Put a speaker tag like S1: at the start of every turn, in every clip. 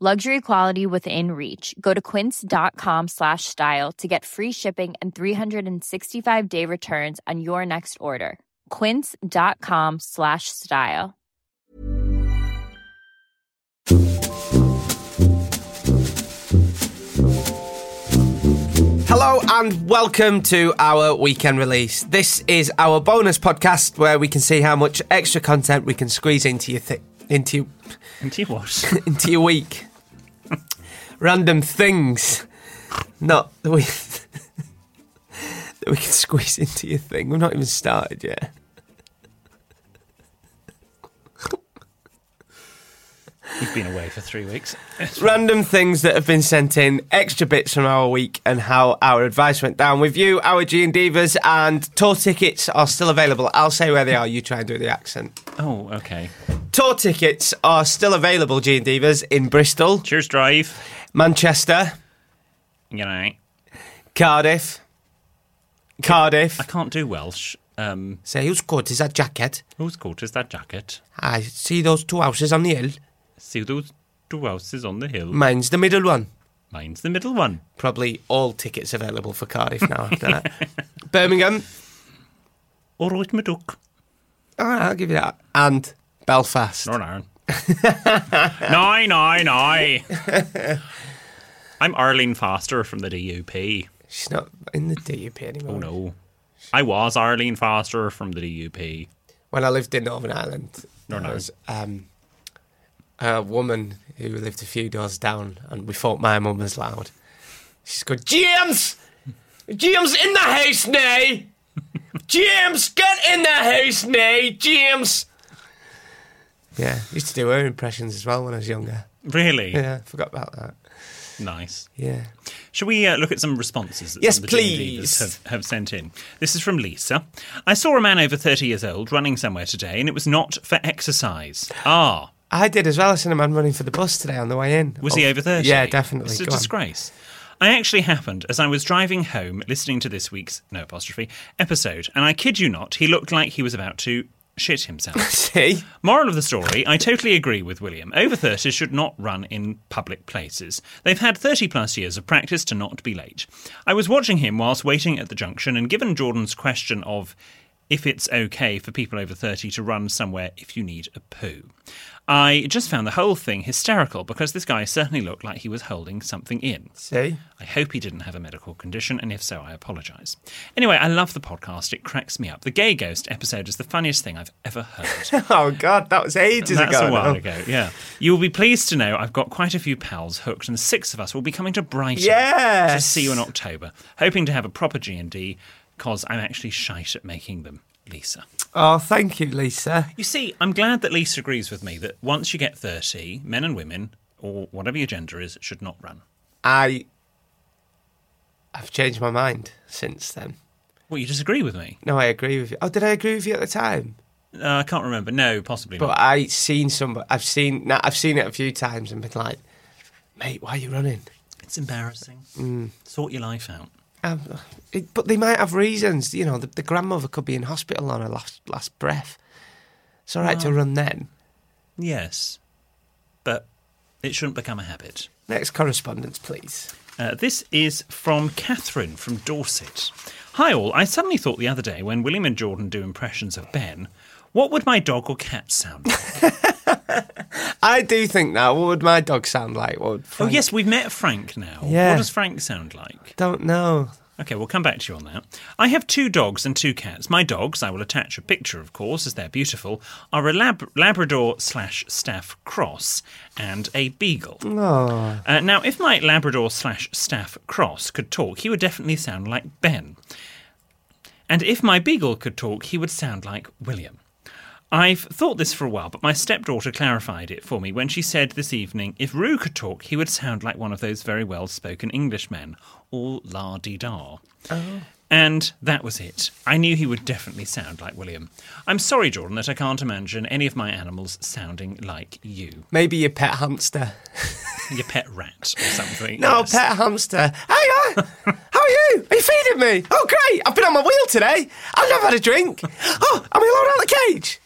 S1: Luxury quality within reach. Go to quince.com slash style to get free shipping and 365 day returns on your next order. Quince.com slash style.
S2: Hello and welcome to our weekend release. This is our bonus podcast where we can see how much extra content we can squeeze into your thi- into
S3: And you what?
S2: into your week. Random things, not that we that we can squeeze into your thing. We've not even started yet.
S3: You've been away for three weeks.
S2: Random things that have been sent in, extra bits from our week, and how our advice went down with you, our G and Divas, and tour tickets are still available. I'll say where they are. You try and do the accent.
S3: Oh, okay.
S2: Tour tickets are still available, G and Divas, in Bristol,
S3: Cheers, drive.
S2: Manchester,
S3: You know,
S2: Cardiff, Cardiff.
S3: I can't do Welsh. Um,
S2: Say, who's good? Is that jacket?
S3: whose coat is that jacket?
S2: I see those two houses on the hill.
S3: See those two houses on the hill.
S2: Mine's the middle one.
S3: Mine's the middle one.
S2: Probably all tickets available for Cardiff now after that. Birmingham,
S3: All right, my duck.
S2: all right, I'll give you that. And Belfast.
S3: Nor an iron. Nye, nye, nye. I'm Arlene Foster from the DUP.
S2: She's not in the DUP anymore.
S3: Oh, no. I was Arlene Foster from the DUP.
S2: When I lived in Northern Ireland,
S3: No,
S2: there
S3: no.
S2: was um, a woman who lived a few doors down, and we thought my mum was loud. She's going, James! James in the house now! James, get in the house now! James! Yeah, used to do her impressions as well when I was younger.
S3: Really?
S2: Yeah, forgot about that.
S3: Nice.
S2: Yeah.
S3: Shall we uh, look at some responses that
S2: Yes,
S3: some of the G&D
S2: please.
S3: leaders have, have sent in? This is from Lisa. I saw a man over 30 years old running somewhere today, and it was not for exercise. Ah,
S2: I did as well. I seen a man running for the bus today on the way in.
S3: was
S2: Oh,
S3: he over 30?
S2: Yeah, definitely.
S3: It's a
S2: Go on.
S3: disgrace. I actually happened as I was driving home listening to this week's, no apostrophe, episode, and I kid you not, he looked like he was about to shit himself.
S2: See?
S3: Moral of the story, I totally agree with William. Over 30 should not run in public places. They've had 30 plus years of practice to not be late. I was watching him whilst waiting at the junction, and given Jordan's question of if it's okay for people over 30 to run somewhere if you need a poo, I just found the whole thing hysterical because this guy certainly looked like he was holding something in.
S2: See?
S3: I hope he didn't have a medical condition, and if so, I apologise. Anyway, I love the podcast. It cracks me up. The Gay Ghost episode is the funniest thing I've ever heard.
S2: Oh, God, that was ages
S3: That's
S2: ago.
S3: a while
S2: now.
S3: ago, yeah. You will be pleased to know I've got quite a few pals hooked, and six of us will be coming to Brighton to
S2: Yes.
S3: see you in October, hoping to have a proper G and D, because I'm actually shite at making them. Lisa,
S2: Oh, thank you, Lisa.
S3: you see, I'm glad that Lisa agrees with me that once you get thirty, men and women, or whatever your gender is, should not run.
S2: I I've changed my mind since then.
S3: Well, you disagree with me?
S2: No, I agree with you. Oh, did I agree with you at the time?
S3: Uh, I can't remember. No, possibly not.
S2: But I seen some. I've seen. nah, I've seen it a few times and been like, "Mate, why are you running?"
S3: It's embarrassing.
S2: Mm.
S3: Sort your life out.
S2: Um, it, but they might have reasons. You know, the, the grandmother could be in hospital on her last last breath. It's all right to run then.
S3: Yes, but it shouldn't become a habit.
S2: Next correspondence, please.
S3: Uh, this is from Catherine from Dorset. Hi, all. I suddenly thought the other day when William and Jordan do impressions of Ben, what would my dog or cat sound like?
S2: I do think now. What would my dog sound like? What would
S3: oh,
S2: Frank-
S3: yes, we've met Frank now.
S2: Yeah.
S3: What does Frank sound like?
S2: Don't know.
S3: Okay, we'll come back to you on that. I have two dogs and two cats. My dogs, I will attach a picture, of course, as they're beautiful, are a lab- Labrador slash Staff Cross and a Beagle.
S2: Oh,
S3: Uh, now, if my Labrador slash staff cross could talk, he would definitely sound like Ben. And if my beagle could talk, he would sound like William. I've thought this for a while, but my stepdaughter clarified it for me when she said this evening if Rue could talk, he would sound like one of those very well spoken Englishmen, all la di da. And that was it. I knew he would definitely sound like William. I'm sorry, Jordan, that I can't imagine any of my animals sounding like you.
S2: Maybe your pet hamster.
S3: Your pet rat or something.
S2: No,
S3: yes.
S2: pet hamster. Hiya! How are you? Are you feeding me? Oh, great! I've been on my wheel today. I've never had a drink. Oh, am I allowed out of the cage?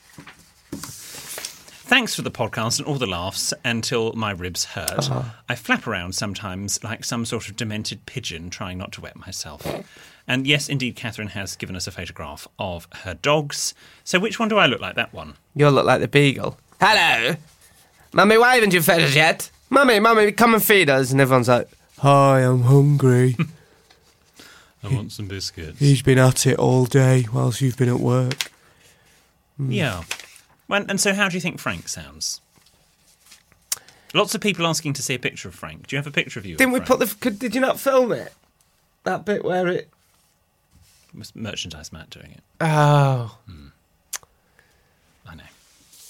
S3: Thanks for the podcast and all the laughs until my ribs hurt.
S2: Uh-huh.
S3: I flap around sometimes like some sort of demented pigeon trying not to wet myself. And yes, indeed, Catherine has given us a photograph of her dogs. So which one do I look like? That one.
S2: You look like the beagle. Hello, mummy. Why haven't you fed us yet? Mummy, mummy, come and feed us. And everyone's like, "Hi, I'm hungry."
S3: I want some biscuits.
S2: He's been at it all day whilst you've been at work. Hmm.
S3: Yeah. Well, and so how do you think Frank sounds? Lots of people asking to see a picture of Frank. Do you have a picture of you?
S2: Didn't we put the? Could, did you not film it? That bit where it.
S3: the merchandise Matt doing it?
S2: Oh,
S3: I know.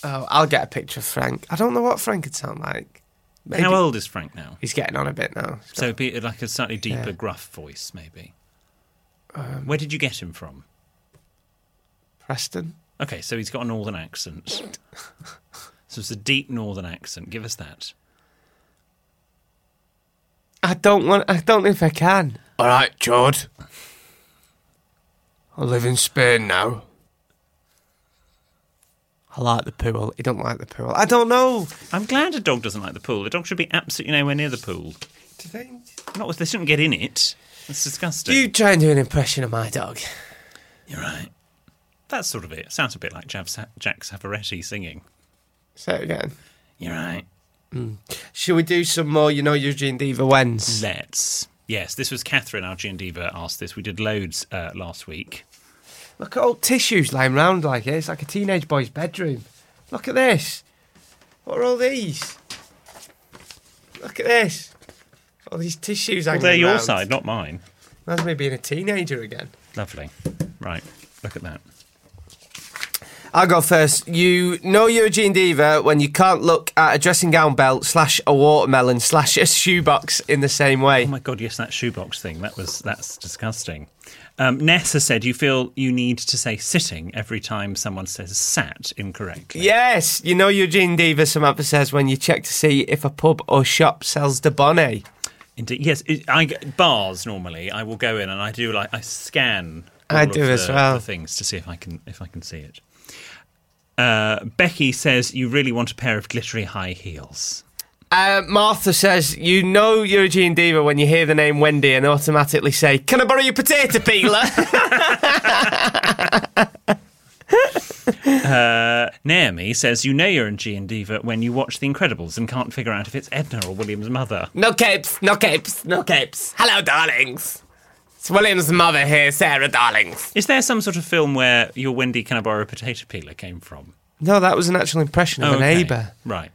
S2: oh, I'll get a picture of Frank. I don't know what Frank would sound like. Maybe
S3: How old is Frank now?
S2: he's getting on a bit now.
S3: So it'd be like a slightly deeper,
S2: Yeah. Um,
S3: gruff voice, maybe. Where did you get him from?
S2: Preston.
S3: Okay, so he's got a northern accent. so it's a deep northern accent. Give us that.
S2: I don't want. I don't know if I can. All right, George. I live in Spain now. I like the pool. He don't like the pool. I don't know.
S3: I'm glad a dog doesn't like the pool. The dog should be absolutely nowhere near the pool.
S2: Do they?
S3: Not they shouldn't get in it. That's disgusting.
S2: You try and do an impression of my dog.
S3: You're right. That's sort of it. Sounds a bit like Jav Sa- Jack Savaretti singing.
S2: Say it again.
S3: You're right.
S2: Should we do some more? You know, Eugene Diva wins.
S3: Let's. Yes, this was Catherine, our G and Diva, asked this. We did loads uh, last week.
S2: Look at old tissues lying round like it. It's like a teenage boy's bedroom. Look at this. What are all these? Look at this. All these tissues
S3: Well,
S2: hanging
S3: they're your
S2: around.
S3: side, not mine.
S2: That's me being a teenager again.
S3: Lovely. Right. Look at that.
S2: I'll go first. You know you're a Gene Diva when you can't look at a dressing gown belt slash a watermelon slash a shoebox in the same way.
S3: Oh my god, yes, that shoebox thing. That was that's disgusting. Um, Ness has said you feel you need to say sitting every time someone says sat incorrectly.
S2: yes, you know you're a Gene Diva, Samantha says, when you check to see if a pub or shop sells the bonnet.
S3: Indeed. Yes, it, I bars normally. I will go in and I do like I scan.
S2: I
S3: all
S2: do
S3: of
S2: as
S3: the,
S2: well.
S3: the things to see if I can if I can see it. Uh, Becky says you really want a pair of glittery high heels.
S2: Uh, Martha says, you know you're a Gene Diva when you hear the name Wendy and automatically say, can I borrow your potato peeler?
S3: Naomi says you know you're in G and Diva when you watch The Incredibles and can't figure out if it's Edna or William's mother.
S2: no capes, no capes, no capes. Hello, darlings. It's William's mother here, Sarah, darlings.
S3: Is there some sort of film where your Wendy can I borrow a potato peeler came from?
S2: No, that was an actual impression of
S3: Oh,
S2: a
S3: okay.
S2: neighbour.
S3: Right.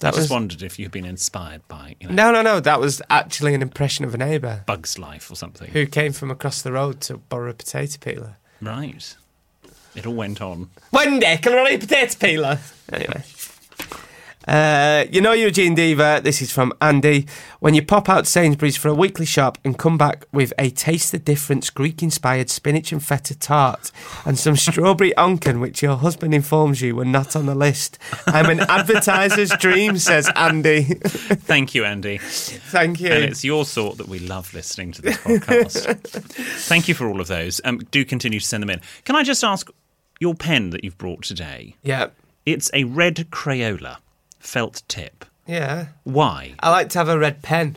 S2: That
S3: I
S2: was
S3: just wondered if you've been inspired by you know,
S2: No, no, no. That was actually an impression of a neighbour
S3: Bug's Life or something.
S2: who came from across the road to borrow a potato peeler.
S3: Right. It all went on.
S2: Wendy, can I borrow your potato peeler? Anyway. Uh, you know Eugene Diva, this is from Andy. When you pop out to Sainsbury's for a weekly shop and come back with a taste the difference Greek inspired spinach and feta tart and some strawberry onken, which your husband informs you were not on the list. I'm an advertiser's dream, says Andy.
S3: Thank you, Andy.
S2: Thank you.
S3: And it's your sort that we love listening to this podcast. Thank you for all of those. Um, do continue to send them in. Can I just ask your pen that you've brought today?
S2: yeah.
S3: It's a red Crayola felt tip.
S2: Yeah.
S3: Why?
S2: I like to have a red pen.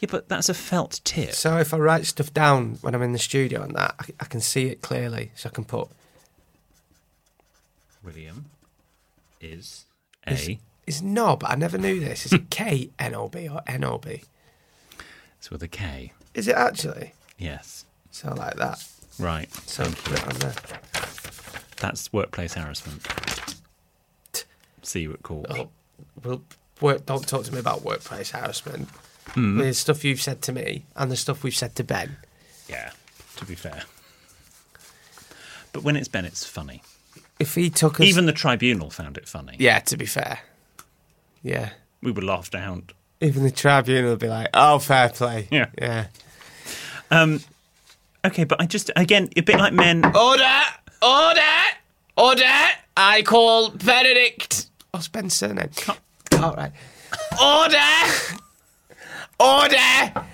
S3: Yeah, but that's a felt tip.
S2: So if I write stuff down when I'm in the studio and that, I, I can see it clearly. So I can put
S3: William is a.
S2: is knob. I never knew this. Is it K N O B or N O B?
S3: It's with a K.
S2: Is it actually?
S3: Yes.
S2: So like that.
S3: Right.
S2: So
S3: Thank you.
S2: put it on there.
S3: That's workplace harassment. See you at court.
S2: Oh, Well, work, don't talk to me about workplace harassment.
S3: Hmm.
S2: The stuff you've said to me and the stuff we've said to Ben.
S3: Yeah, to be fair. But when it's Ben, it's funny.
S2: if he took us,
S3: Even the tribunal found it funny.
S2: yeah. To be fair, yeah.
S3: We were laughed out.
S2: Even the tribunal would be like, "Oh, fair play."
S3: Yeah.
S2: Yeah.
S3: Okay, but I just, again, a bit like men.
S2: Oh, Order! Order! Order! I call Benedict. What's Ben's surname? All right. Order! Order!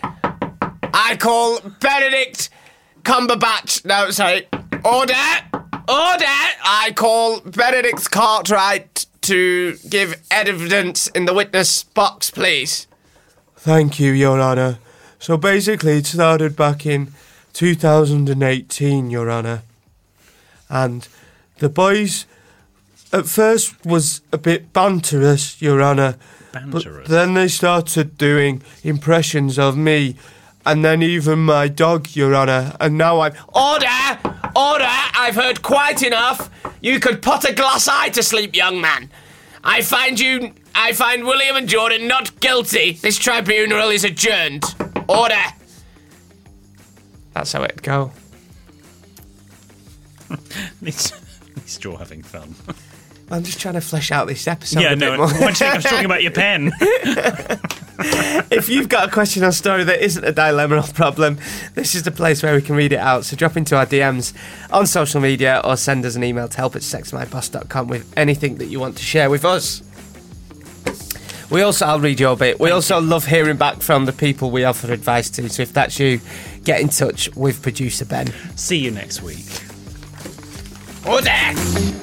S2: I call Benedict Cumberbatch. No, sorry. Order! Order! I call Benedict Cartwright to give evidence in the witness box, please. Thank you, Your Honour. So basically, it started back in 2018, Your Honour. And the boys at first was a bit banterous, Your Honour.
S3: Banterous.
S2: But then they started doing impressions of me and then even my dog, Your Honour. And now I'm. Order! Order! I've heard quite enough. You could put a glass eye to sleep, young man. I find you. I find William and Jordan not guilty. This tribunal is adjourned. Order! That's how it'd go.
S3: At least at least you're having fun.
S2: I'm just trying to flesh out this episode
S3: yeah,
S2: a bit
S3: no,
S2: more.
S3: why do you think I was talking about your pen?
S2: if you've got a question or story that isn't a dilemma or problem, this is the place where we can read it out. So drop into our DMs on social media or send us an email to help at sexmyboss.com with anything that you want to share with us. We also, I'll read your bit. We also love hearing back from the people we offer advice to. So if that's you, get in touch with producer Ben.
S3: See you next week.
S2: Order!